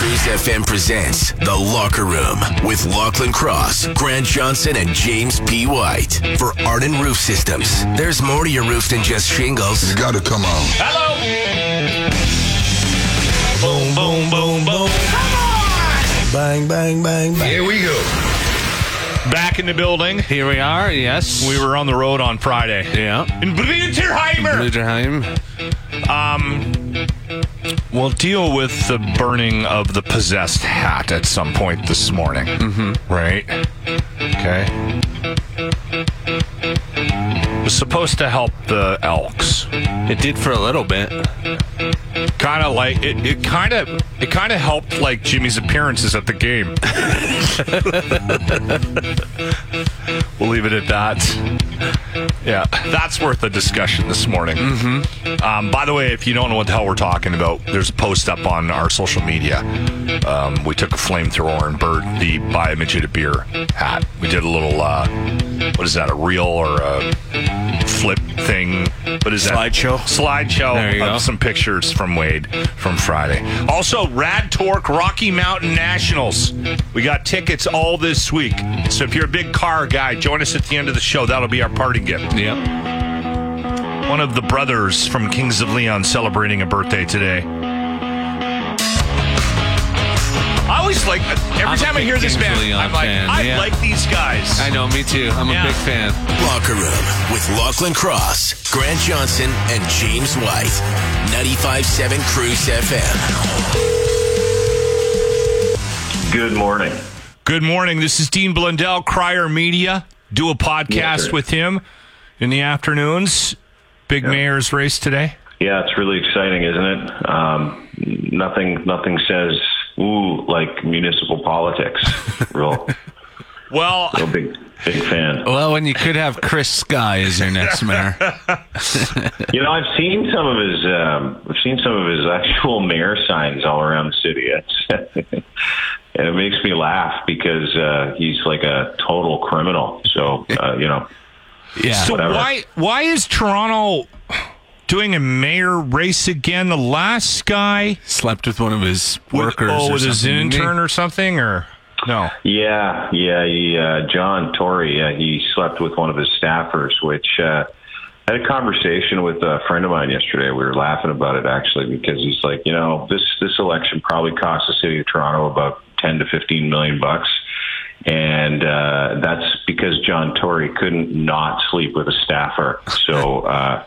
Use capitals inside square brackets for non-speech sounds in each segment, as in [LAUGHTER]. Cruise FM presents The Locker Room with Lachlan Cross, Grant Johnson, and James P. White. For Arden Roof Systems, there's more to your roof than just shingles. You gotta come on. Hello. Boom, boom, boom, boom. Bang, bang, bang, bang. Here we go. Back in the building. Here we are, yes. We were on the road on Friday. Yeah. In Blinterheimer. Bluderheim. We'll deal with the burning of the possessed hat at some point this morning. Mm-hmm. Right? Okay. It was supposed to help the elks. It did for a little bit. Kind of like it. It kind of it kind of helped like Jimmy's appearances at the game. we'll leave it at that. Yeah, that's worth a discussion this morning. Mm-hmm. Um, by the way, if you don't know what the hell we're talking about, there's a post up on our social media. Um, we took a flamethrower and burned the buy a midget a beer hat. We did a little uh, what is that? A reel or a flip thing? What is that? Slideshow? Slideshow There you of go. some pictures from Wade from Friday. Also, Rad Torque Rocky Mountain Nationals. We got tickets all this week. So if you're a big car guy, join us at the end of the show. That'll be our party gift. Yep. One of the brothers from Kings of Leon celebrating a birthday today. I always like every I'm a time I big hear this Kings of band, Leon I'm like, fan, I yeah. like these guys. I know, me too. I'm Yeah. a big fan. Locker Room with Lachlan Cross, Grant Johnson, and James White. 95.7 Cruise FM. Good morning. Good morning. This is Dean Blundell, Crier Media. Do a podcast Yes, sir. with him in the afternoons. Big Mayor's race today. Yeah, it's really exciting, isn't it? Um, nothing, nothing says ooh like municipal politics. Real, Well, real big, big fan. Well, when you could have Chris Sky as [LAUGHS] your next mayor. You know, I've seen some of his, um, I've seen some of his actual mayor signs all around the city. It's, [LAUGHS] and it makes me laugh because uh, he's like a total criminal. So uh, you know, Yeah. so whatever. why why is Toronto doing a mayor race again? The last guy Slept with one of his with- workers. oh, or with his something, didn't he? intern or something, or no? Yeah, yeah. He, uh, John Torrey, uh, he slept with one of his staffers, which uh, I had a conversation with a friend of mine yesterday. We were laughing about it actually because he's like, you know, this this election probably cost the city of Toronto about ten to fifteen million bucks, and uh, that's because John Torrey couldn't not sleep with a staffer. So. Uh,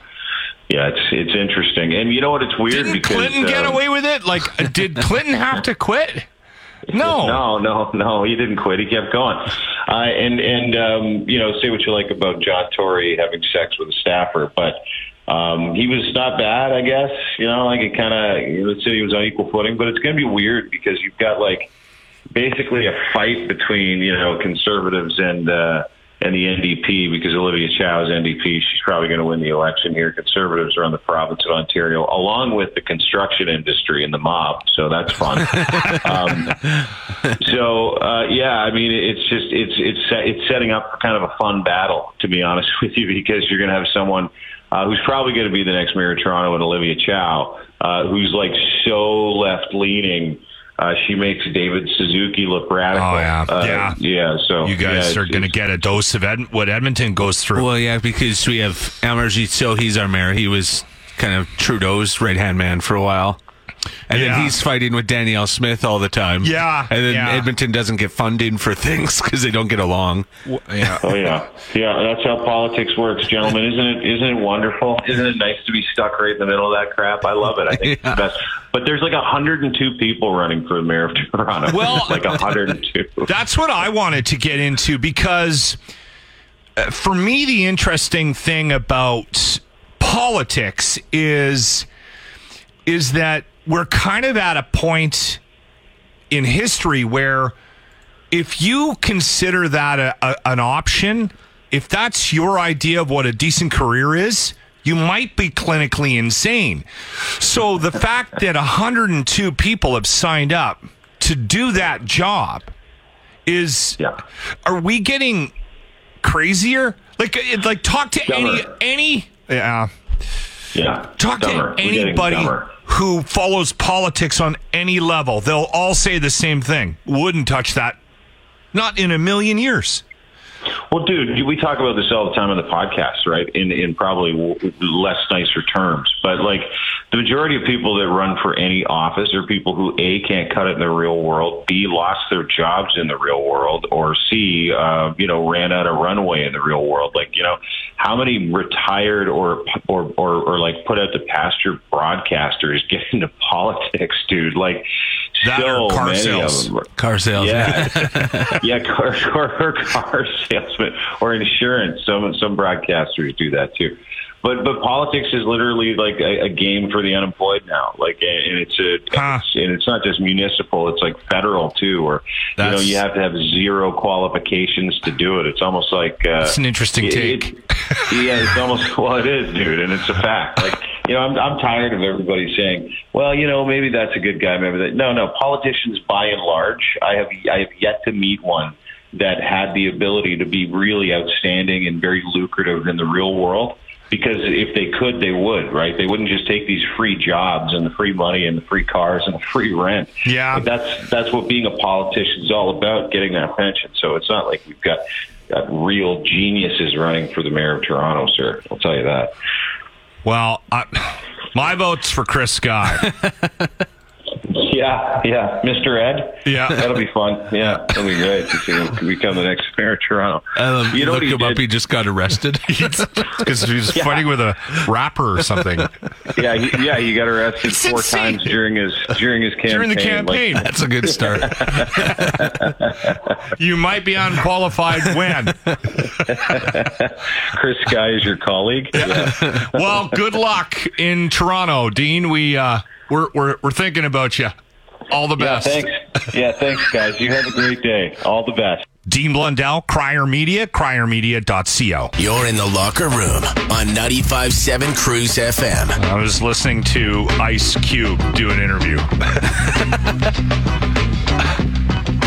Yeah, it's it's interesting, and you know what? It's weird Didn't because Clinton get um, away with it? Like, uh, did Clinton have to quit? No. No, no, no. He didn't quit. He kept going. Uh, and and um, you know, say what you like about John Tory having sex with a staffer, but um, he was not bad, I guess. You know, like it kind of let's say he was on equal footing, but it's going to be weird because you've got like basically a fight between you know conservatives and uh, and the NDP because Olivia Chow's NDP. She's probably going to win the election here. Conservatives are in the province of Ontario, along with the construction industry and the mob. So that's fun. um, so uh, yeah, I mean, it's just it's it's it's setting up kind of a fun battle, to be honest [LAUGHS] with you, because you're going to have someone uh, who's probably going to be the next mayor of Toronto, and Olivia Chow, uh, who's like so left leaning. Uh, she makes David Suzuki look radical. Oh, yeah. Uh, Yeah. yeah. So You guys yeah, are it's- going to get a dose of Ed- what Edmonton goes through. Well, yeah, because we have Amarjit So he's our mayor. He was kind of Trudeau's right hand man for a while. And Yeah. then he's fighting with Danielle Smith all the time. Yeah, And then yeah. Edmonton doesn't get funding for things [LAUGHS] because they don't get along. Oh yeah, yeah. That's how politics works, gentlemen. Isn't it? Isn't it wonderful? Isn't it nice to be stuck right in the middle of that crap? I love it. I think it's the best. But there's like 102 people running for the mayor of Toronto. Well- [LAUGHS] like 102. That's what I wanted to get into because uh, for me, the interesting thing about politics is is that we're kind of at a point in history where if you consider that a, a, an option, if that's your idea of what a decent career is, you might be clinically insane. So the fact that 102 people have signed up to do that job is Yeah. are we getting crazier? Like uh, it- like talk to Dumber. any any yeah Yeah. Talk Dumber. to We're getting anybody dumber. who follows politics on any level. They'll all say the same thing. Wouldn't touch that. Not in a million years. Well, dude, we talk about this all the time on the podcast, right? In in probably w- less nicer terms, but like the majority of people that run for any office are people who a can't cut it in the real world, b lost their jobs in the real world, or c uh, you know ran out of runway in the real world. Like you know, how many retired or or or, or like put out to pasture broadcasters get into [LAUGHS] politics, dude? Like That so or car many sales. of them. Car sales. Yeah, [LAUGHS] yeah, car, car, car salesman or insurance. Some some broadcasters do that too. But but politics is literally like a, a game for the unemployed now. Like and it's a Huh. and it's not just municipal. It's like federal too. Or you know That's- you have to have zero qualifications to do it. It's almost like uh, That's an interesting it- take. it- yeah, it's almost [LAUGHS] well, it is, dude, and it's a fact. Like you know, I'm I'm tired of everybody saying, well, you know, maybe that's a good guy, maybe that. No, no, politicians by and large, I have I have yet to meet one that had the ability to be really outstanding and very lucrative in the real world. Because if they could, they would, right? They wouldn't just take these free jobs and the free money and the free cars and the free rent. Yeah. Like, that's that's what being a politician is all about, getting that pension. So it's not like we've got, got real geniuses running for the mayor of Toronto, sir. I'll tell you that. Well, I, my vote's for Chris Scott. Yeah, yeah, Mr. Ed. Yeah. that'll be fun. Yeah, that'll be great to see him become the next mayor of Toronto. Um, you know look what he him up. did? He just got arrested. [LAUGHS] Because he was fighting with a rapper or something yeah, he, yeah, he got arrested It's four insane. times during his during his campaign. during the Like, campaign. That's a good start. you might be unqualified when. Chris Guy is your colleague. Yeah. Well, good luck in Toronto, Dean. We uh, we're, we're we're thinking about you. All the yeah, best. thanks. Yeah, thanks, guys. You have a great day. All the best. Dean Blundell, Crier Media, criermedia.co. You're in the locker room on 95.7 Cruise FM. I was listening to Ice Cube do an interview. [LAUGHS]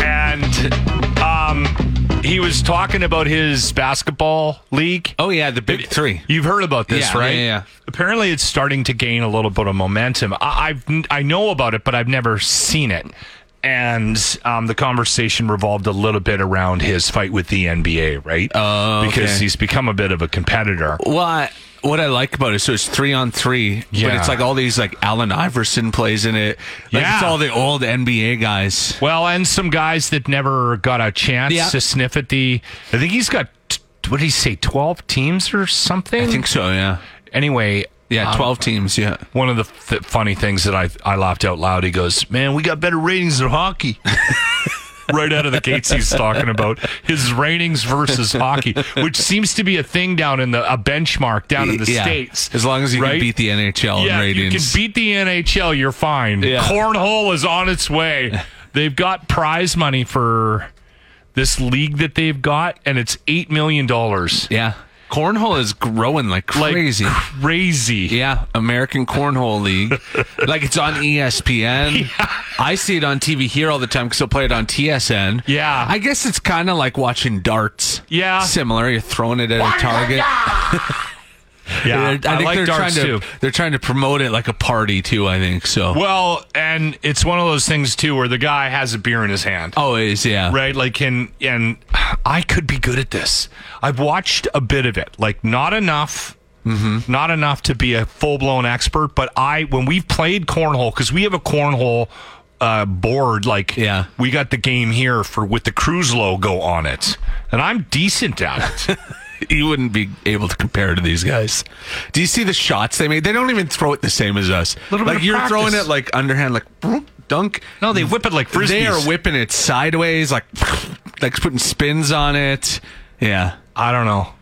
and um, he was talking about his basketball league. [LAUGHS] Oh yeah, the big three. You've heard about this, Yeah, right? yeah, yeah. Apparently, it's starting to gain a little bit of momentum. I, I've n- I know about it, but I've never seen it. And um, the conversation revolved a little bit around his fight with the NBA, right? Oh, okay. because he's become a bit of a competitor. Well, I, what I like about it, so it's three on three, but Yeah. it's like all these like Allen Iverson plays in it. Like Yeah. it's all the old NBA guys. Well, and some guys that never got a chance Yeah. to sniff at the. I think he's got. t- What did he say? Twelve teams or something? I think so. Yeah, Anyway, yeah, um, twelve teams. Yeah, One of the th- funny things that I I laughed out loud. He goes, "Man, we got better ratings than hockey." [LAUGHS] right out of the gates, he's talking about his ratings versus hockey, which seems to be a thing down in the a benchmark down in the Yeah. states. As long as you right? can beat the NHL in yeah, ratings. you can beat the NHL, you're fine. Yeah. Cornhole is on its way. they've got prize money for this league that they've got, and it's eight million dollars. yeah, cornhole is growing like Like crazy. crazy. yeah, American [LAUGHS] Cornhole League. like it's on E ESPN. I see it on TV here all the time because they'll play it on TSN. Yeah. I guess it's kind of like watching darts. Yeah. Similar. You're throwing it at a target. Yeah, They're- I, like they're darts trying too. to, They're trying to promote it like a party too. I think so. Well, and it's one of those things too where the guy has a beer in his hand. Always, Oh, yeah. Right, like and and I could be good at this. I've watched a bit of it, like not enough, not enough to be a full blown expert. But I, when we've played cornhole, because we have a cornhole uh, board, like Yeah. we got the game here for with the cruise logo on it, and I'm decent at it. You wouldn't be able to compare to these guys. Do you see the shots they made? They don't even throw it the same as us. Little bit like of you're practice. throwing it like underhand, like broom, dunk. [LAUGHS] no, they whip it like frisbees. They are whipping it sideways, like like putting spins on it. Yeah, I don't know.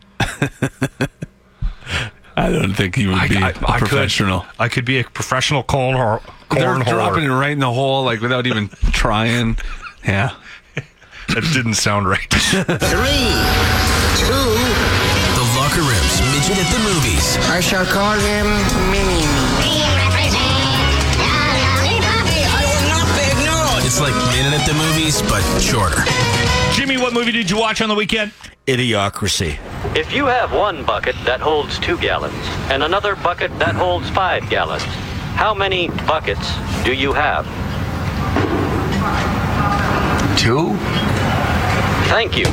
I don't think he would be a I professional. Could, I could be a professional cornhole They're dropping it cornhole. right in the hole, like without even [LAUGHS] trying. Yeah. It didn't sound right. The Locker Room's Midget at the Movies I shall call him Mini. It's like Minute at the Movies, but shorter. [LAUGHS] Jimmy, what movie did you watch on the weekend? Idiocracy. If you have one bucket that holds two gallons and another bucket that holds five gallons, how many buckets do you have? Two? Thank you.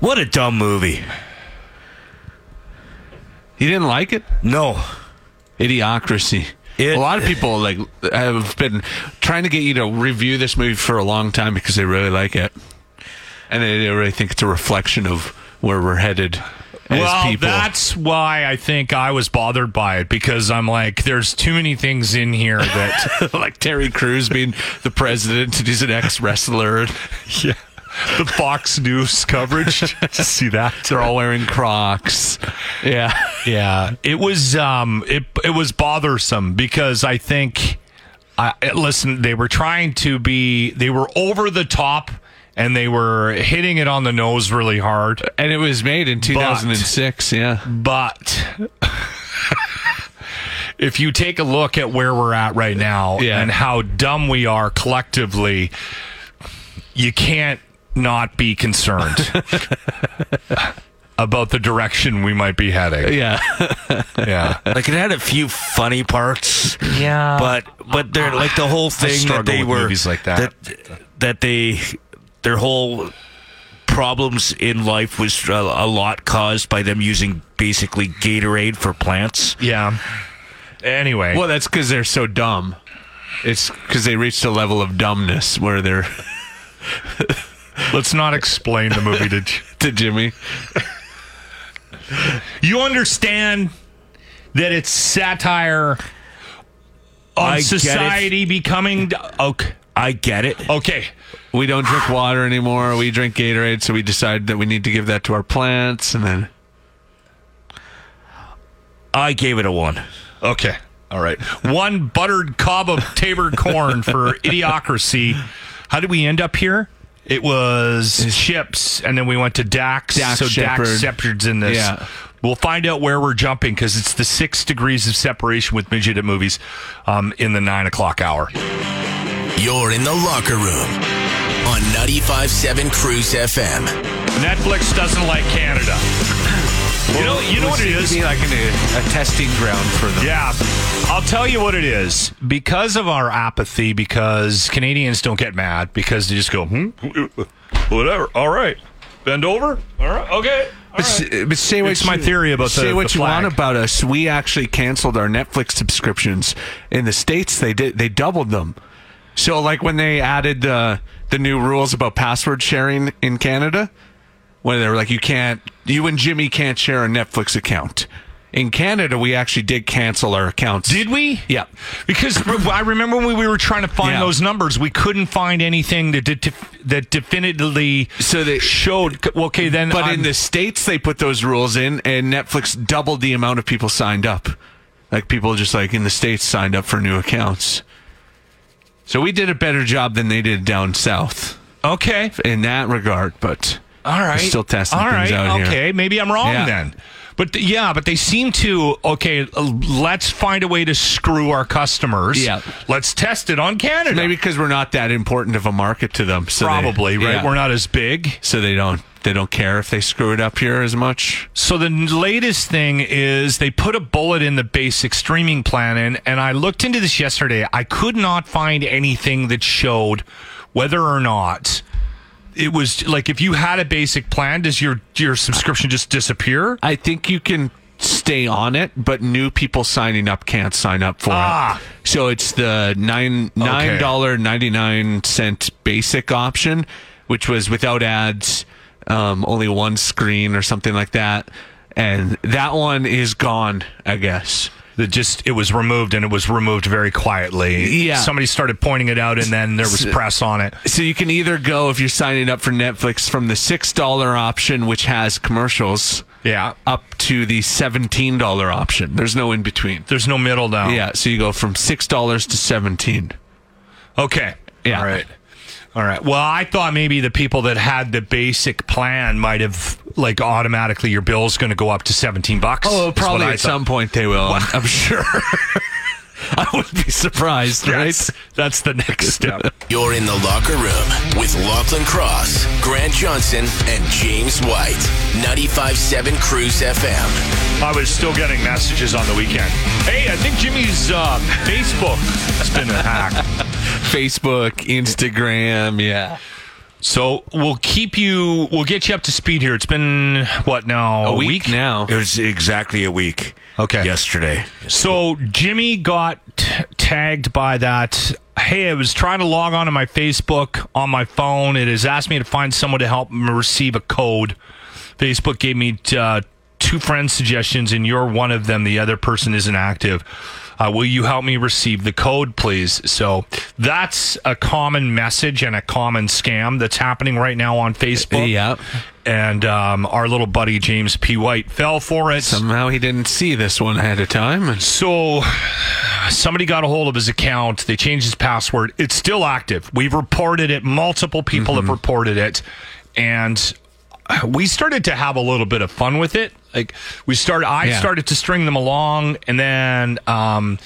What a dumb movie. You didn't like it? No. Idiocracy. It- a lot of people like have been trying to get you to review this movie for a long time because they really like it, and they really think it's a reflection of where we're headed as well, people. that's why I think I was bothered by it because I'm like, there's too many things in here that [LAUGHS] like Terry Crews being the president, and he's an ex [LAUGHS] wrestler. [LAUGHS] yeah, the Fox News [LAUGHS] coverage. Did you see that? They're all wearing Crocs. Yeah, Yeah, it was um, it it was bothersome because I think, I it- listen, they were trying to be, they were over the top, and they were hitting it on the nose really hard. and it was made in 2006. yeah, But if you take a look at where we're at right now Yeah. and how dumb we are collectively, you can't not be [LAUGHS] concerned about the direction we might be heading. yeah. Yeah. Like it had a few funny parts. Yeah. but but they're like the whole thing struggle that they with were movies like that. that that they their whole problems in life was a, a lot caused by them using basically Gatorade for plants. yeah. Anyway. [LAUGHS] Well, that's because they're so dumb. It's because they reached a level of dumbness where they're [LAUGHS] Let's not explain the movie to to Jimmy. you. Understand that it's satire on I get it. society becoming. d- Okay. I get it. Okay. we don't drink water anymore. We drink Gatorade, so we decide that we need to give that to our plants, and then I gave it a one. Okay. All right. One buttered cob of tabored corn for idiocracy. How did we end up here? It was ships, and then we went to Dax. Dax so Dax Shepard. Shepard's in this. Yeah. We'll find out where we're jumping because it's the six degrees of separation with midget at movies um, in the nine o'clock hour. You're in the Locker Room on 95.7 Cruise FM. Netflix doesn't like Canada. You know, you know what it is. Be like an, a, a testing ground for them. Yeah, I'll tell you what it is. Because of our apathy, because Canadians don't get mad, because they just go, hmm, whatever. All right, bend over. All right, okay. All But, right. s- but say what It's you- my theory about say the- what the you flag. want about us. We actually canceled our Netflix subscriptions in the states. They did they doubled them. So like when they added the the new rules about password sharing in Canada, where they were like you can't you and Jimmy can't share a Netflix account. In Canada, we actually did cancel our accounts. Did we? Yeah. Because re- I remember when we were trying to find Yeah. those numbers, we couldn't find anything that de- that definitively So they- showed. c- Okay, then. But I'm- in the states, they put those rules in, and Netflix doubled the amount of people signed up. Like people just like in the states signed up for new accounts. So we did a better job than they did down south okay, in that regard. But All right. still testing All right. things out here. okay. Maybe I'm wrong Yeah. then. But th- yeah, but they seem to okay. uh, Let's find a way to screw our customers. Yeah. Let's test it on Canada. maybe because we're not that important of a market to them, so they- probably right. yeah. We're not as big. so they don't they don't care if they screw it up here as much. So the n- latest thing is they put a bullet in the basic streaming plan, and and I looked into this yesterday. I could not find anything that showed whether or not. It was like if you had a basic plan, does your your subscription just disappear? I think you can stay on it, but new people signing up can't sign up for Ah. it. So it's the nine nine dollar ninety nine cent basic option, which was without ads, um, only one screen or something like that, and that one is gone, I guess. that just it was removed and it was removed very quietly. Yeah. Somebody started pointing it out and then there was press on it. So you can either go if you're signing up for Netflix from the six dollar option, which has commercials, Yeah. up to the $17 option. There's no in between. There's no middle down. Yeah, so you go from $6 to 17. Okay. Yeah. All right. All right. Well, I thought maybe the people that had the basic plan might have like automatically your bill's going to go up to 17 bucks. Oh, is what probably I at thought. some point they will. I'm- I'm sure. [LAUGHS] I would be surprised, right? That's, [LAUGHS] that's the [LAUGHS] next step. You're in the locker room with Lachlan Cross, Grant Johnson, and James White. 95.7 Cruise FM. I was still getting messages on the weekend. Hey, I think Jimmy's uh, Facebook has been hacked. Facebook, Instagram, yeah. So we'll keep you, we'll get you up to speed here. It's been, what now? A week now. It was exactly a week. Okay. Yesterday. So Jimmy got t- tagged by that. Hey, I was trying to log on to my Facebook on my phone. It has asked me to find someone to help me receive a code. Facebook gave me uh, two friend suggestions, and you're one of them. The other person isn't active. Uh, will you help me receive the code, please? So that's a common message and a common scam that's happening right now on Facebook. Yeah. And um, our little buddy James P. White fell for it. Somehow he didn't see this one ahead of time. And So somebody got a hold of his account. They changed his password. It's still active. We've reported it. Multiple people Mm-hmm. have reported it. And we started to have a little bit of fun with it. Like we started, I Yeah. started to string them along. And then, um,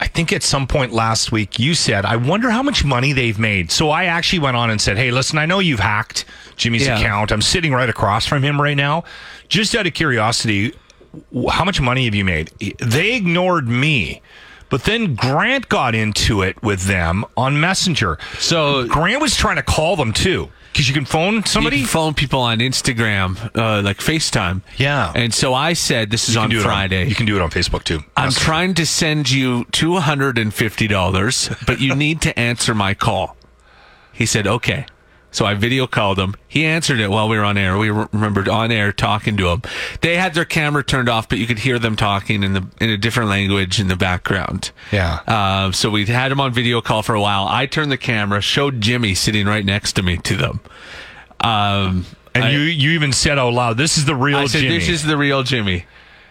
I think at some point last week you said, I wonder how much money they've made. So I actually went on and said, Hey, listen, I know you've hacked Jimmy's Yeah. account. I'm sitting right across from him right now. Just out of curiosity, w- how much money have you made? They ignored me. But then Grant got into it with them on Messenger. So- uh, Grant was trying to call them too. Because you can phone somebody. You can phone people on Instagram, uh, like FaceTime. Yeah. And so I said, this is You can on do it Friday. you can do it on Facebook too. I'm trying to send you $250, but you need to answer my call. He said, okay. So I video called him. He answered it while we were on air. We were- remembered on air talking to him. They had their camera turned off, but you could hear them talking in the in a different language in the background. Yeah. Uh, so we had him on video call for a while. I turned the camera, showed Jimmy sitting right next to me to them. Um, And I- you, you even said out loud, "This is the real I said, Jimmy," this is the real Jimmy,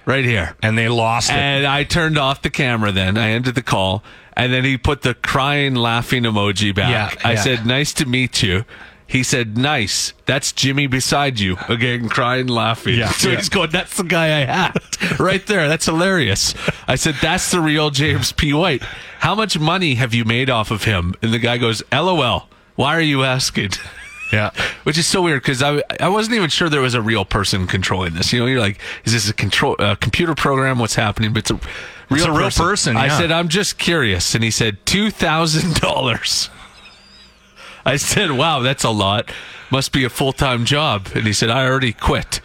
right here. and they lost it. And I turned off the camera then. I ended the call. And then he put the crying, laughing emoji back. Yeah, I yeah. said, Nice to meet you. He said, Nice. That's Jimmy beside you. Again, crying, laughing. Yeah, [LAUGHS] so yeah. he's going, That's the guy I had. right there. That's hilarious. I said, That's the real James P. White. How much money have you made off of him? And the guy goes, LOL. Why are you asking? [LAUGHS] Yeah, which is so weird because I I wasn't even sure there was a real person controlling this. You know, you're like, is this a control a computer program? What's happening? But it's a real, a real person, I yeah. said, I'm just curious, and he said two thousand dollars. [LAUGHS] I said, wow, that's a lot. Must be a full time job. And he said, I already quit.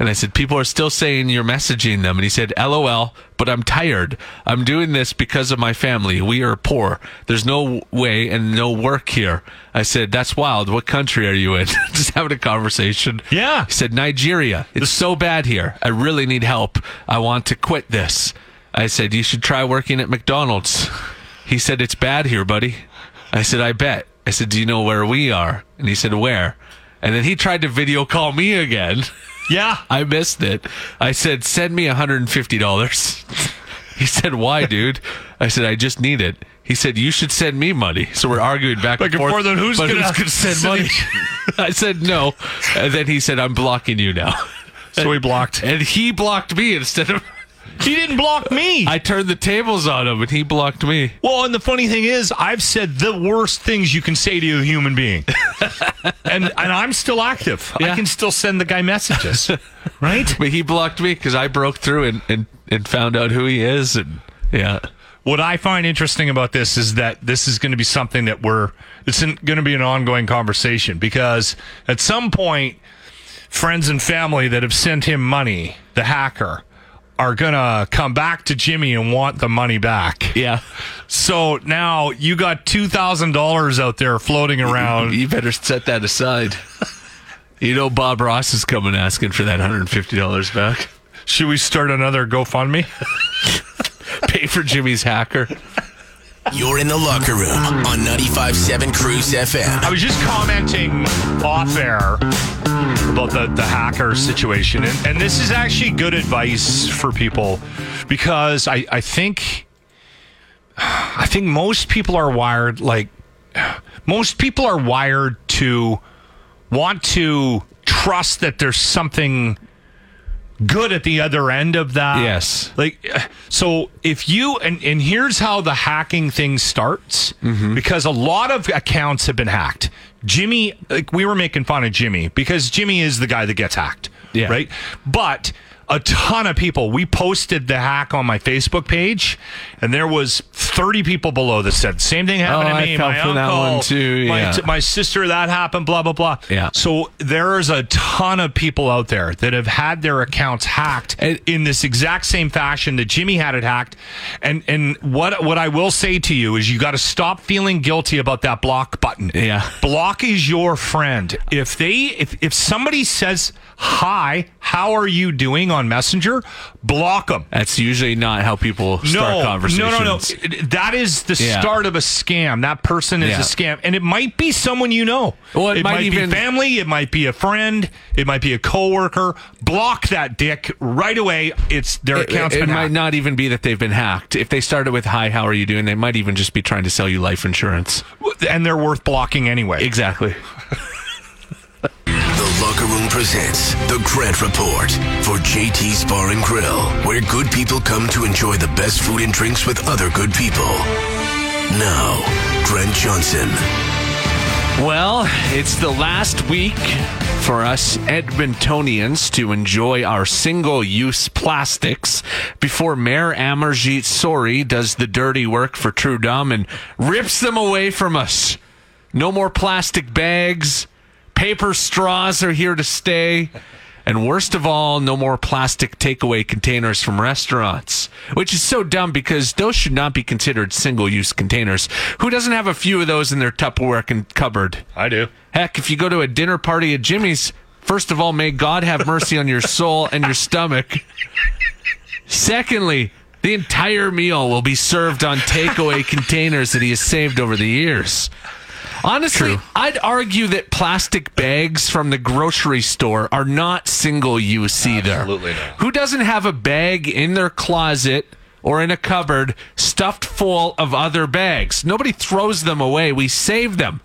And I said, people are still saying you're messaging them. And he said, LOL, but I'm tired. I'm doing this because of my family. We are poor. There's no way and no work here. I said, that's wild. What country are you in? [LAUGHS] Just having a conversation. Yeah. He said, Nigeria. It's so bad here. I really need help. I want to quit this. I said, you should try working at McDonald's. He said, It's bad here, buddy. I said, I bet. I said, Do you know where we are? And he said, Where? And then he tried to video call me again. [LAUGHS] yeah. I missed it. I said, Send me $150. he said, Why, dude? I said, I just need it. He said, You should send me money. So we're arguing Back back and and forth. forth on who's but gonna who's gonna send send money? [LAUGHS] I said, No. And then he said, I'm blocking [LAUGHS] you now. So he blocked. And he blocked me instead of. [LAUGHS] He didn't block me. I turned the tables on him and he blocked me. well, and the funny thing is, I've said the worst things you can say to a human [LAUGHS] being, and and I'm still active. I Yeah. can still send the guy [LAUGHS] messages, right? But he blocked me because I broke through and, and, and found out who he is. And yeah, What I find interesting about this is that this is going to be something that we're it's going to be an ongoing conversation because at some point friends and family that have sent him money, the hacker, are going to come back to Jimmy and want the money back. yeah. So now you got $2,000 out there floating around. [LAUGHS] You better set that aside. You know, Bob Ross is coming asking for that hundred and fifty dollars back. Should we start another GoFundMe? Pay for Jimmy's hacker. You're in the locker room on 95.7 Cruise FM. I was just commenting off air about the, the hacker situation. And, and this is actually good advice for people because I, I think I think most people are wired like most people are wired to want to trust that there's something good at the other end of Ah. that. Yes. Like uh, so if you and and here's how the hacking thing starts Mm-hmm. because a lot of accounts have been hacked. Jimmy like we were making fun of Jimmy because Jimmy is the guy that gets hacked. Yeah. Right? But a ton of people. We posted the hack on my Facebook page, and there was 30 people below that said same thing happened Oh, to I me. fell my for uncle, that one too, my- yeah. t- my sister, that happened. Blah blah blah. Yeah. So there's a ton of people out there that have had their accounts hacked And- in this exact same fashion that Jimmy had it hacked. And and what what I will say to you is you got to stop feeling guilty about that block button. Yeah. Block is your friend. If they if if somebody says hi, how are you doing on Messenger? Block them. That's usually not how people start conversations. No, no, no. It- That is the Yeah. start of a scam. That person is Yeah. a scam. And it might be someone you know. Well, it might even- be family, it might be a friend, it might be a coworker. Block that dick right away. It's their It, account's it been might hacked. not even be that they've been hacked. If they started with "Hi, how are you doing?" they might even just be trying to sell you life insurance. and they're worth blocking anyway. Exactly. The Locker Room presents the Grant Report for JT's Bar and Grill, where good people come to enjoy the best food and drinks with other good people. Now, Grant Johnson. Well, it's the last week for us Edmontonians to enjoy our single use plastics before Mayor Amarjeet Sori does the dirty work for True Dumb and rips them away from us. No more plastic bags, paper straws are here to stay. And worst of all, no more plastic takeaway containers from restaurants, which is so dumb because those should not be considered single use containers. Who doesn't have a few of those in their Tupperware con- cupboard? I do. Heck, if you go to a dinner party at Jimmy's, first of all, may God have mercy on your soul and your stomach. Secondly, the entire meal will be served on takeaway containers that he has saved over the years. Honestly, I'd argue that plastic bags from the grocery store are not single use either. Absolutely not. Who doesn't have a bag in their closet or in a cupboard stuffed full of other bags? Nobody throws them away. We save them.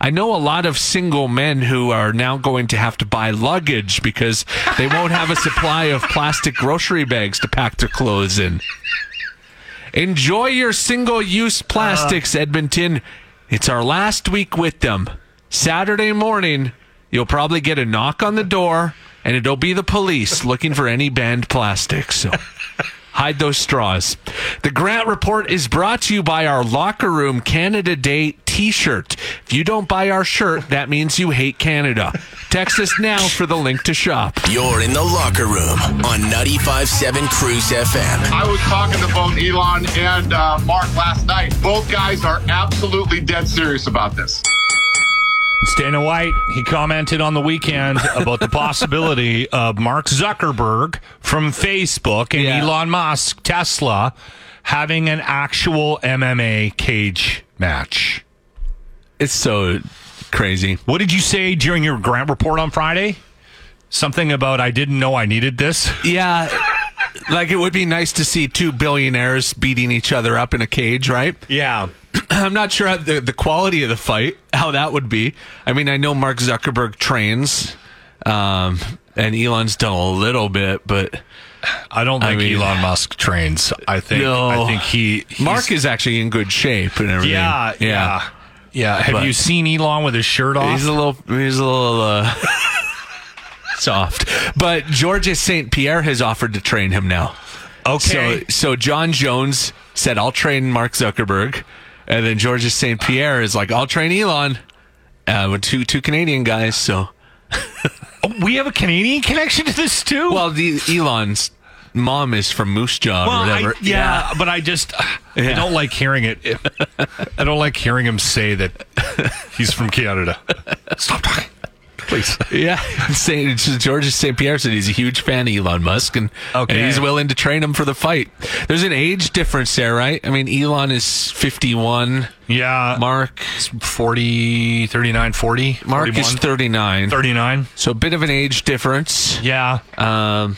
I know a lot of single men who are now going to have to buy luggage because they won't have a supply of plastic grocery bags to pack their clothes in. Enjoy your single use plastics, Edmonton. It's our last week with them. Saturday morning, you'll probably get a knock on the door, and it'll be the police looking for any banned plastics. So hide those straws. The Grant Report is brought to you by our Locker Room Canada Day t shirt. If you don't buy our shirt, that means you hate Canada. Text us now for the link to shop. You're in the Locker Room on 95.7 Cruise FM. I was talking to both Elon and uh, Mark last night. Both guys are absolutely dead serious about this. It's Dana White. He commented on the weekend about the [LAUGHS] possibility of Mark Zuckerberg from Facebook and Yeah. Elon Musk, Tesla, having an actual MMA cage match. It's so crazy. What did you say during your grant report on Friday? Something about I didn't know I needed this. Yeah. Like it would be nice to see two billionaires beating each other up in a cage, right? [CLEARS THROAT] Yeah. I'm not sure how the, the quality of the fight, how that would be. I mean, I know Mark Zuckerberg trains, um, and Elon's done a little bit, but [CLEARS THROAT] I don't I think mean- Elon Musk trains. I think No. I think he he's- Mark is actually in good shape and everything. yeah, yeah. Yeah. Have But- you seen Elon with his shirt off? He's a little. He's a little. [LAUGHS] Uh, soft but georges st pierre has offered to train him now Okay. so so john jones said i'll train mark zuckerberg and then georges st pierre is like i'll train elon uh with two two canadian guys so Oh, we have a Canadian connection to this too. well the elon's mom is from moose jaw Well, or I- whatever yeah, but I just uh, I Yeah. don't like hearing it. I don't like hearing him say that he's from Canada. Stop talking. please. Yeah, [LAUGHS] Saint, George St. Pierre said he's a huge fan of Elon Musk, and, Okay. and he's willing to train him for the fight. There's an age difference there, right? I mean, Elon is 51. Yeah. Mark 40, 39, 40. Mark is 41. 39. 39. So a bit of an age difference. Yeah. Um,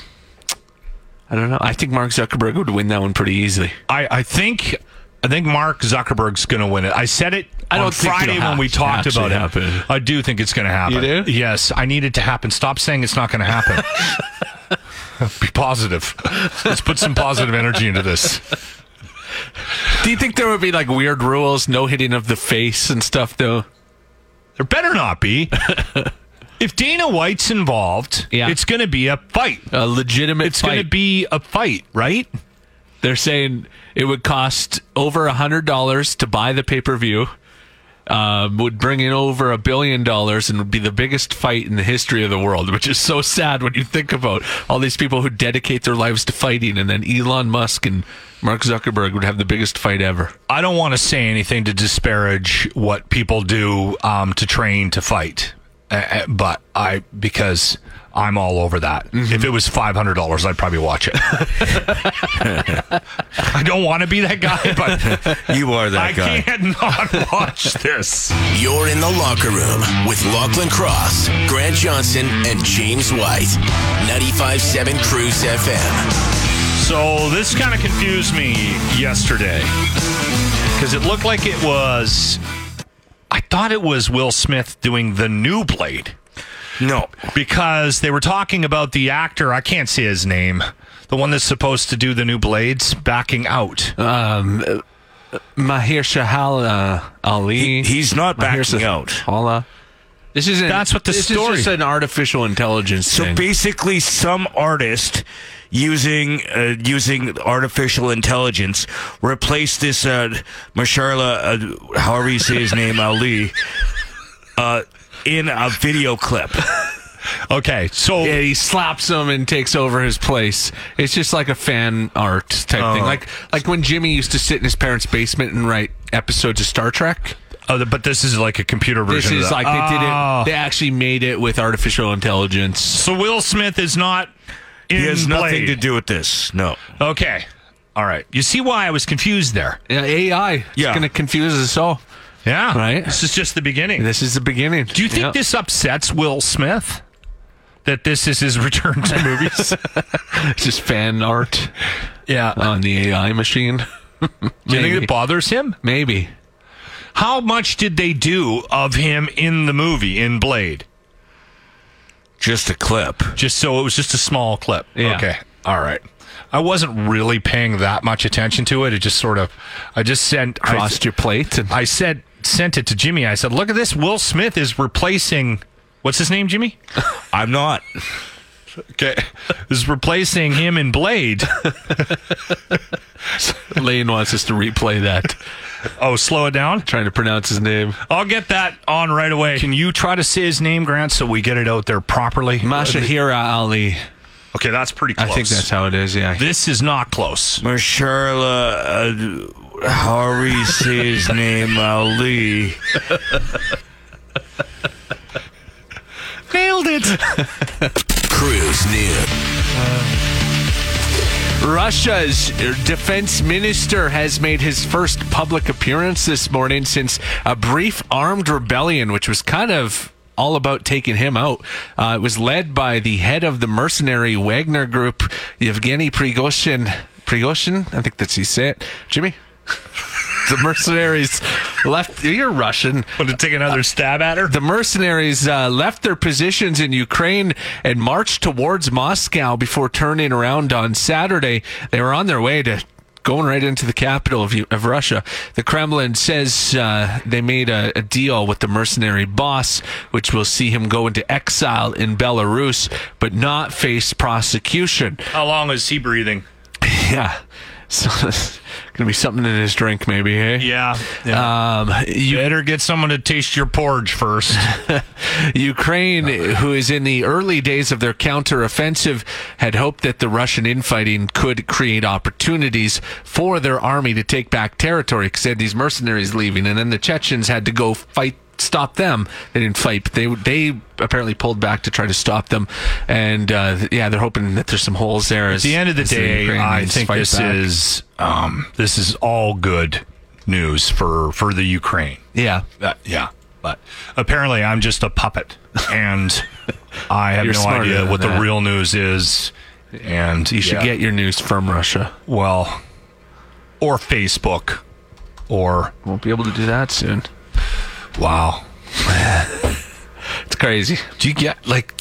I don't know. I think Mark Zuckerberg would win that one pretty easily. I, I think I think Mark Zuckerberg's going to win it. I said it I on don't think Friday it'll when we hap- talked actually about it. happen. I do think it's going to happen. You do? Yes, I need it to happen. Stop saying it's not going to happen. [LAUGHS] Be positive. Let's put some positive energy into this. Do you think there would be like weird rules, no hitting of the face and stuff, though? There better not be. If Dana White's involved, Yeah. it's going to be a fight. A legitimate It's fight. going to be a fight, right? They're saying it would cost over a hundred dollars to buy the pay per view. Um, would bring in over a billion dollars and would be the biggest fight in the history of the world, which is so sad when you think about all these people who dedicate their lives to fighting, and then Elon Musk and Mark Zuckerberg would have the biggest fight ever. I don't want to say anything to disparage what people do um, to train to fight, uh, uh, but I because I'm all over that. Mm-hmm. If it was five hundred dollars, I'd probably watch [LAUGHS] it. [LAUGHS] I don't want to be that guy, but You are [LAUGHS] that I guy. can't not watch this. You're in the locker room with Lachlan Cross, Grant Johnson, and James White. 95.7 Cruise FM. So this kind of confused me yesterday because it looked like it was. I thought it was Will Smith doing the new Blade. No. because they were talking about the actor. I can't say his name. The one that's supposed to do the new blades backing out. Um, uh, Mahir Shahal uh, Ali. He- he's not Mahir backing Shah- out. Allah. This isn't. That's what the this story- Is just an artificial intelligence. So thing. basically, some artist using uh, using artificial intelligence replaced this uh, Masharla, uh, however you say his [LAUGHS] name, Ali, uh, in a video clip. Okay, so Yeah, he slaps him and takes over his place. It's just like a fan art type Oh. thing, like like when Jimmy used to sit in his parents' basement and write episodes of Star Trek. oh, but this is like a computer This version. is of that. like they did Ah. it. They actually made it with artificial intelligence. So Will Smith is not. In He has nothing Blade. to do with this. No. Okay, all right. You see why I was confused there? Yeah, AI. It's Yeah. going to confuse us all. Yeah, Right. This is just the beginning. This is the beginning. do you think Yep. this upsets Will Smith? That this is his return [LAUGHS] to movies? It's just fan art yeah. on the AI [LAUGHS] machine? do you think Uh, maybe. it bothers him? Maybe. How much did they do of him in the movie in Blade? Just a clip. Just so it was just a small clip. Yeah. Okay. All right. I wasn't really paying that much attention to it. It just sort of, I just sent I- Crossed your plate and I said sent it to Jimmy. I said, "Look at this. Will Smith is replacing what's his name, [LAUGHS] Jimmy? I'm not. Okay, is replacing him in [LAUGHS] Blade. [LAUGHS] Lane wants us to replay that. oh, slow it down. Trying to pronounce his name. I'll get that on right away. Can you try to say his name, Grant, so we get it out there properly? Mashahira Ali. Okay, that's pretty close. I think that's how it is. Yeah. This is not close. Masharla, uh, however you say his [LAUGHS] name, Ali. Nailed it. Cruise News. [LAUGHS] Russia's defense minister has made his first public appearance this morning since a brief armed rebellion, which was kind of all about taking him out. Uh, it was led by the head of the mercenary Wagner group, Yevgeny Prigozhin. Prigozhin? I think that's he said it. Jimmy? the mercenaries left. You're Russian. Want to take another stab at her? The mercenaries uh, left their positions in Ukraine and marched towards Moscow before turning around on Saturday. They were on their way to going right into the capital of, U- of Russia. The Kremlin says uh, they made a, a deal with the mercenary boss, which will see him go into exile in Belarus, but not face prosecution. [LAUGHS] How long is he breathing? Yeah. So, [LAUGHS] gonna be something in his drink, maybe, eh? hey? Yeah. Um, you better get someone to taste your porridge [LAUGHS] first. Ukraine, who is in the early days of their counteroffensive, had hoped that the Russian infighting could create opportunities for their army to take back territory because they had these mercenaries leaving, and then the Chechens had to go fight stop them. They didn't fight, but they they apparently pulled back to try to stop them. And uh, th- yeah, they're hoping that there's some holes there. At the end of the day, I think this is um, this is all good news for for the Ukraine. Yeah, Uh, yeah. But apparently, I'm just a [LAUGHS] puppet, and I have You're no smarter idea than what that. the real news is. And you should yeah. get your news from Russia. well, or Facebook, or Won't be able to do that soon. wow. It's crazy. Do you get like?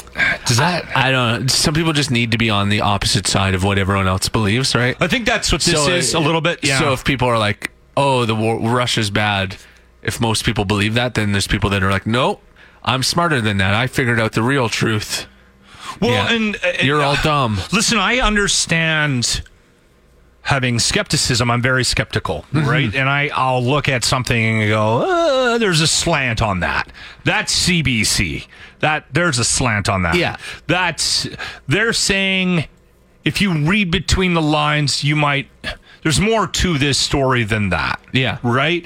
Does that? I don't. know. Some people just need to be on the opposite side of what everyone else believes, right? I think that's what this is a little bit. Yeah. So if people are like, "Oh, the war, Russia's bad," if most people believe that, then there's people that are like, "No, I'm smarter than that. I figured out the real truth. well, Yeah. and, uh, and- You're [LAUGHS] all dumb." Listen, I understand having skepticism. I'm very skeptical, Mm-hmm. right? And I, I'll look at something and go, uh, "There's a slant on that. That's CBC. That there's a slant on that. Yeah. that's they're saying. If you read between the lines, you might. There's more to this story than that. Yeah. right.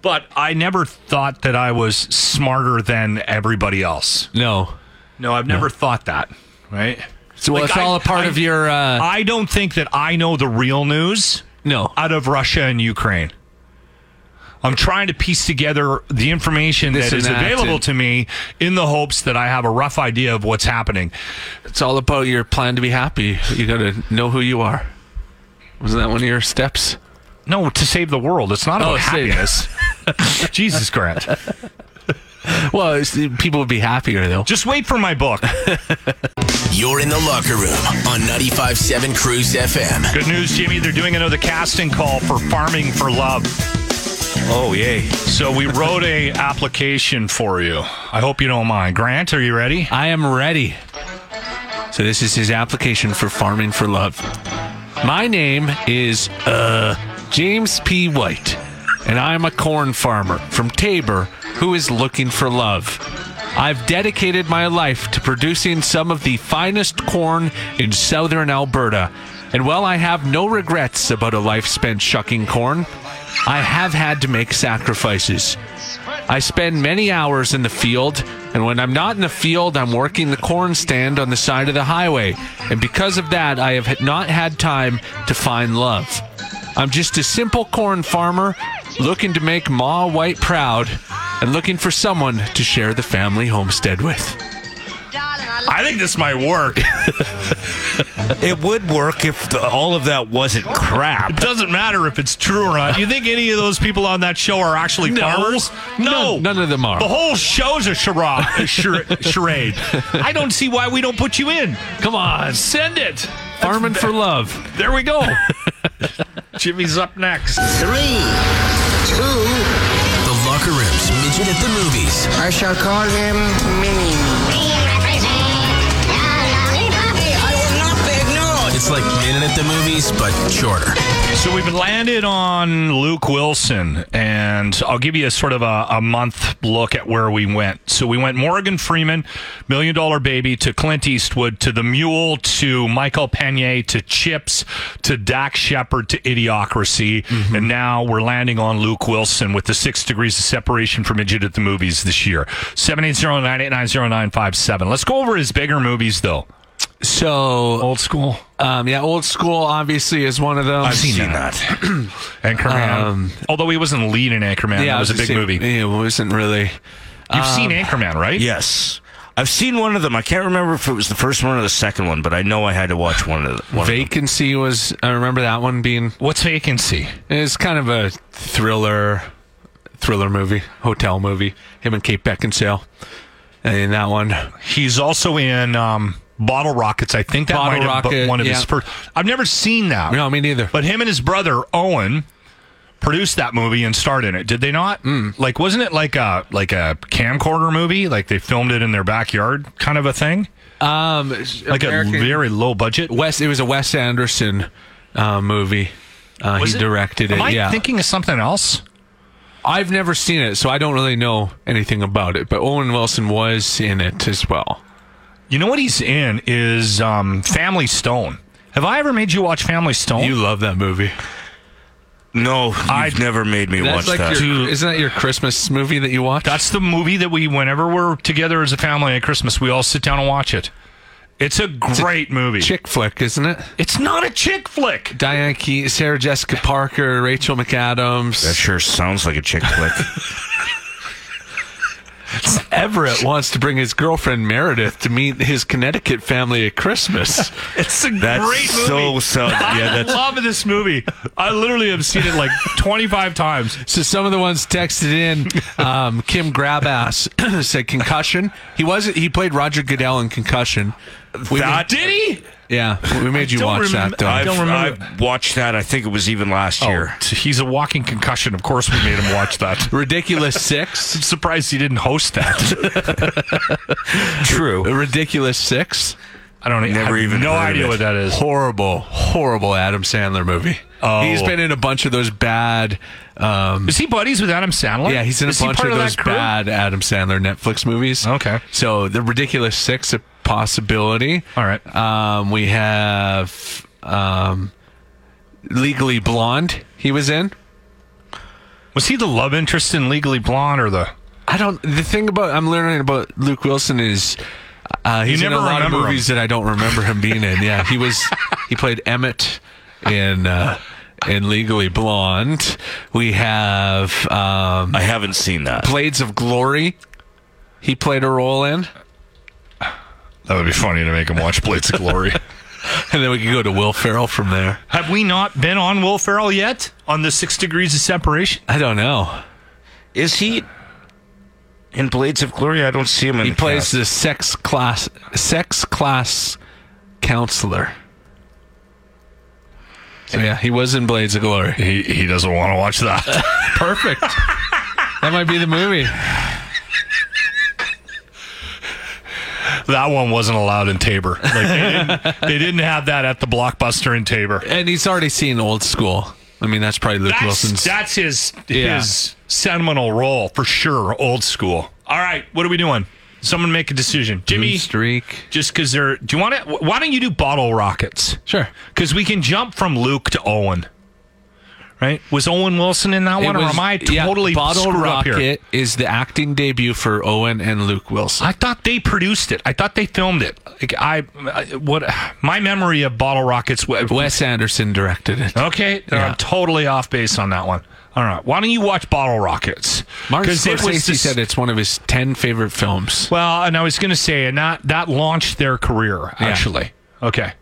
But I never thought that I was smarter than everybody else. No. No, I've never thought that. Right. So well, Like, it's all I- a part I- of your. Uh, I don't think that I know the real news no. out of Russia and Ukraine. I'm trying to piece together the information This that and is that available and- to me in the hopes that I have a rough idea of what's happening. It's all about your plan to be happy. You got to know who you are. Wasn't that one of your steps? No, to save the world. It's not Oh, about save- happiness. [LAUGHS] Jesus, Grant. Well, it's, people would be happier though. Just wait for my book. You're in the locker room on 95.7 Cruise FM. Good news, Jimmy. They're doing another casting call for Farming for Love. Oh, yay. So we wrote a application for you. I hope you don't mind. Grant, are you ready? I am ready. So this is his application for Farming for Love. My name is uh James P. White, and I'm a corn farmer from Tabor who is looking for love. I've dedicated my life to producing some of the finest corn in southern Alberta, and while I have no regrets about a life spent shucking corn, I have had to make sacrifices. I spend many hours in the field, and when I'm not in the field, I'm working the corn stand on the side of the highway. And because of that, I have not had time to find love. I'm just a simple corn farmer looking to make Ma White proud and looking for someone to share the family homestead with. I think this might work. It would work if the, all of that wasn't crap. It doesn't matter if it's true or not. You think any of those people on that show are actually farmers? No. Oh, None, none of them are. the whole show's a charade. a char- charade. I don't see why we don't put you in. Come on, Send it. farming for love. There we go. [LAUGHS] Jimmy's up next. Three, two, The locker room's midget at the movies I shall call him Mini Me. It's like Minute at the Movies, but shorter. So we've landed on Luke Wilson, and I'll give you a sort of a, a month look at where we went. So we went Morgan Freeman, Million Dollar Baby, to Clint Eastwood, to The Mule, to Michael Pena, to Chips, to Dak Shepard, to Idiocracy, and now we're landing on Luke Wilson with the six degrees of separation from Idiot at the Movies this year. 780-989-0957. Let's go over his bigger movies, though. So, Old School. um, yeah, old school obviously is one of those. I've seen, that. [CLEARS THROAT] Anchorman. Although he wasn't lead in Anchorman, that Um, I was, a big gonna say, um, movie. You've Yeah, it wasn't really. seen Anchorman, right? Yes. I've seen one of them. I can't remember if it was the first one or the second one, but I know I had to watch one of the one of them. Vacancy was. I remember that one being. What's Vacancy? It's kind of a thriller, thriller movie, hotel movie. Him and Kate Beckinsale, and in that one, He's also in um, Bottle Rockets. I think that Bottle might have been Rocket, one of his yeah. first. I've never seen that. no, me neither. But him and his brother Owen produced that movie and starred in it. Did they not? Hmm. Like, wasn't it like a like a camcorder movie? Like they filmed it in their backyard, kind of a thing. Um, Like American- a very low budget. Wes. It was a Wes Anderson uh, movie. Uh, Was he it- directed it. Am I yeah, thinking of something else? I've never seen it, so I don't really know anything about it. But Owen Wilson was in it as well. You know what he's in is Oh. um, Family Stone. Have I ever made you watch Family Stone? You love that movie. No, you've never made me watch That's like that. your- isn't that your Christmas movie that you watch? That's the movie that we, whenever we're together as a family at Christmas, we all sit down and watch it. It's a great movie. Chick flick, isn't it? It's not a chick flick. Diane Key, Sarah Jessica Parker, Rachel McAdams. That sure sounds like a chick [LAUGHS] flick. Everett wants to bring his girlfriend Meredith to meet his Connecticut family [LAUGHS] at Christmas. It's a That's great movie. so sub- yeah, I that's- love this movie. I literally have seen [LAUGHS] it like 25 times. So some of the ones texted in, um, Kim Grabass [CLEARS THROAT] said concussion. He was he played Roger Goodell in concussion. That- made- Did he? yeah, we made you don't watch remem- that. Though. I don't remember. I Oh, watched that. I think it was even Oh, last year. t- he's a walking concussion. Of course, we made him watch that. [LAUGHS] [LAUGHS] Ridiculous Six. I'm surprised he didn't host that. [LAUGHS] True. Ridiculous Six. I don't e- I Never have even no heard of idea it. what that is. Horrible, horrible Adam Sandler movie. Oh. He's been in a bunch of those bad. Um, Is he buddies with Adam Sandler? yeah, he's in a Is he bunch part of that those crew? bad Adam Sandler Netflix movies. Okay. So the Ridiculous Six a possibility. All right. Um, we have um, Legally Blonde. He was in. Was he the love interest in Legally Blonde or the? I don't. The thing about I'm learning about Luke Wilson is uh, he's in never a lot of remember movies that I don't remember him being in. Yeah, he was. He played Emmett in uh, in Legally Blonde. We have um, I haven't seen that. Blades of Glory. He played a role in, That would be funny to make him watch Blades of Glory. and then we could go to Will Ferrell from there. [LAUGHS] Have we not been on Will Ferrell yet? On the six degrees of separation? I don't know. Is he in Blades of Glory? I don't see him in. He the plays cast. the sex class sex class counselor. So yeah, he was in Blades of [LAUGHS] Glory. He, he doesn't want to watch [LAUGHS] that. Perfect. that might be the movie. that one wasn't allowed in Tabor. Like, they, [LAUGHS] didn't, they didn't have that at the Blockbuster in Tabor. And he's already seen Old School. I mean, that's probably Luke That's, Wilson's. that's his, Yeah. his seminal role for sure, old school. All right, what are we doing? Someone make a decision. Jimmy, Blue streak. just because they're. Do you want to. Why don't you do bottle rockets? Sure. Because we can jump from Luke to Owen. Right? Was Owen Wilson in that It one, or was- am I yeah, totally Bottle screwed up Rocket here? is the acting debut for Owen and Luke Wilson. I thought they produced it. I thought they filmed it. Like, I, I what my memory of Bottle Rockets. wa- Wes Anderson directed it. Okay, then Yeah. I'm totally off base on that one. All right, why don't you watch Bottle Rockets? Martin 'Cause it was Scorsese this- said it's one of his ten favorite films. Well, and I was going to say, and that that launched their career actually. Okay,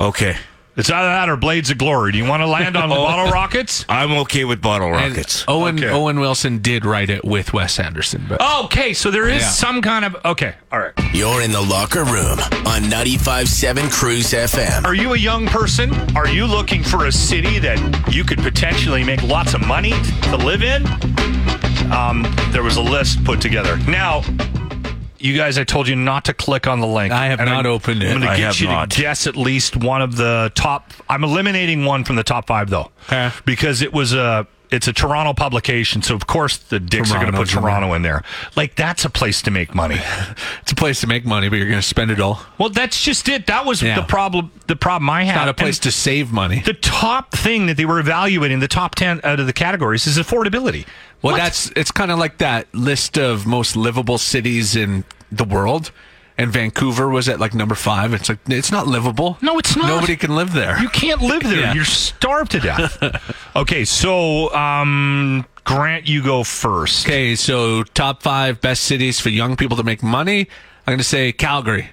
okay. it's either that or Blades of Glory. Do you want to land [LAUGHS] on Bottle Rockets? I'm okay with bottle And rockets. Owen Okay. Owen Wilson did write it with Wes Anderson, but Okay, so there is Yeah. some kind of okay. All right, You're in the locker room on 95.7 Cruise FM. Are you a young person? Are you looking for a city that you could potentially make lots of money to live in? Um, there was a list put together. Now, you guys, I told you not to click on the link. I have And not opened it. I'm going I to have get you not. to guess at least one of the top. I'm eliminating one from the top five though, Okay. because it was a. It's a Toronto publication, so of course the dicks are going to put Toronto's in there. Toronto in there. Like that's a place to make [LAUGHS] money. it's a place to make money, but you're going to spend it all. Well, that's just it. That was Yeah. the problem. The problem I had. Not a And- place to save money. the top thing that they were evaluating the top 10 out of the categories is affordability Well, What? that's it's kind of like that list of most livable cities in the world, and Vancouver was at like number five. It's like it's not livable. No, it's not. Nobody can live there. you can't live there Yeah. you're starved to [LAUGHS] death okay so um grant you go first okay, so top five best cities for young people to make money. I'm going to say Calgary.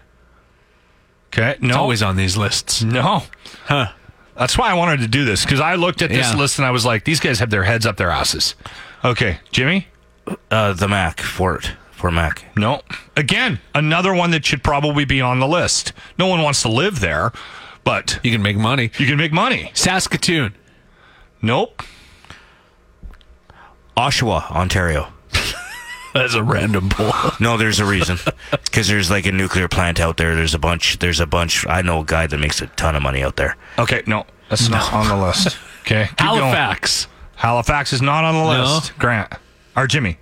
okay It's no always on these lists. no Huh. that's why i wanted to do this because i looked at this Yeah. list and i was like these guys have their heads up their asses okay jimmy Uh, the Mac Fort for Mac. no again another one that should probably be on the list no one wants to live there but You can make money. you can make money Saskatoon. nope Oshawa, Ontario. That's a random [LAUGHS] poll. No, there's a reason. Because there's like a nuclear plant out there. There's a bunch. There's a bunch. I know a guy that makes a ton of money out there. okay no that's not on the [LAUGHS] list okay keep going. Halifax. Halifax is not on the No. list. Grant or Jimmy.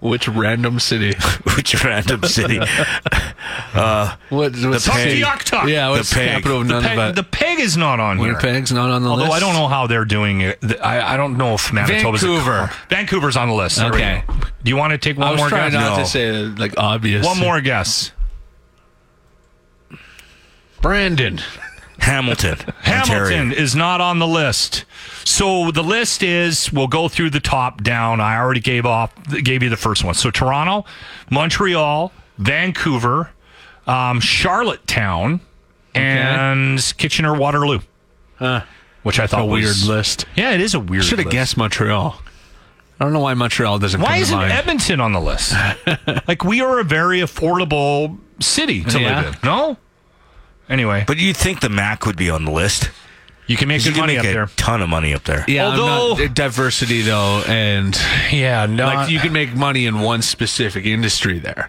Which random city? [LAUGHS] Which random city? Uh, what, what's the peg? Tuk tuk. Yeah, what's the capital of none the of peg, that? The peg is not on here. Winnipeg's not on the Although list. I don't know how they're doing it. Th- I, I don't know if Manitoba's Vancouver. A co- Vancouver's on the list. There we Okay. go. Do you want to take one I was more trying guess? not No. to say like obvious. One more guess. Brandon. Hamilton. [LAUGHS] Hamilton Ontario. is not on the list. So the list is we'll go through the top down. I already gave off gave you the first one. So Toronto, Montreal, Vancouver, um, Charlottetown, and Kitchener Waterloo. which I thought a was- weird list. Yeah, it is a weird. Should have list. guessed Montreal. I don't know why Montreal doesn't. Why come to isn't mind. Edmonton on the list? like we are a very affordable city to Yeah. live in. No. Anyway, But you'd think the Mac would be on the list. you can make you good can money make up a there. ton of money up there. Yeah, Although- Uh, although diversity though, and Yeah, no. like you can make money in one specific industry there.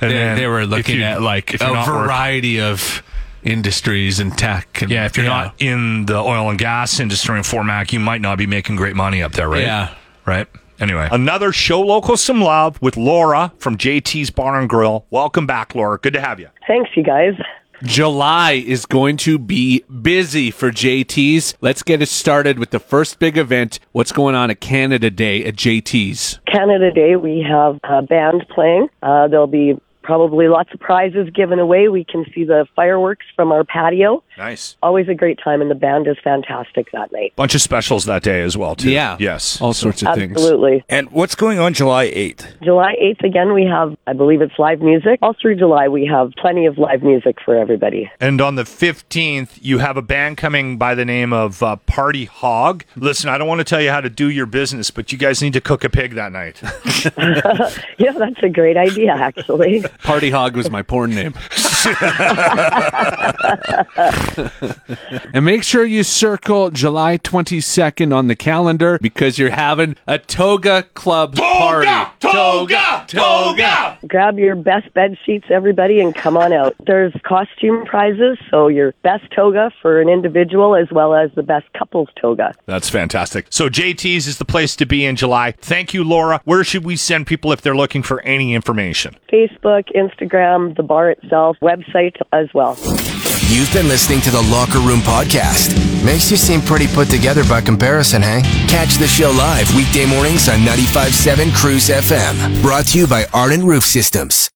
And they, then they were if looking you- at like if you're a not work- variety of industries and tech. And, Yeah, if you're not in the oil and gas industry in Fort Mac, you might not be making great money up there, right? Yeah. Right? Anyway. Another show local some love with Laura from JT's Bar and Grill. Welcome back, Laura. Good to have you. Thanks, you guys. July is going to be busy for JT's. Let's get it started with the first big event. What's going on at Canada Day at JT's? Canada Day, we have a band playing. Uh, there'll be probably lots of prizes given away. We can see the fireworks from our patio. [LAUGHS] Nice. Always a great time, and the band is fantastic that night. Bunch of specials that day as well, too. Yeah. Yes. All sorts of things. Absolutely. And what's going on July 8th? July 8th, again, we have, I believe it's live music. All through July, we have plenty of live music for everybody. And on the 15th, you have a band coming by the name of uh, Party Hog. Listen, I don't want to tell you how to do your business, but you guys need to cook a pig that night. yeah, that's a great idea, actually. Party Hog was my porn name. and make sure you circle July 22nd on the calendar because you're having a Toga Club party. Toga! Toga! Grab your best bed sheets, everybody, and come on out. There's costume prizes, so your best toga for an individual as well as the best couples toga. That's fantastic. So JT's is the place to be in July. Thank you, Laura. Where should we send people if they're looking for any information? Facebook, Instagram, the bar itself, website as well. You've been listening to the Locker Room Podcast. Makes you seem pretty put together by comparison, hey? Catch the show live weekday mornings on 95.7 Cruise FM. Brought to you by Arden Roof Systems.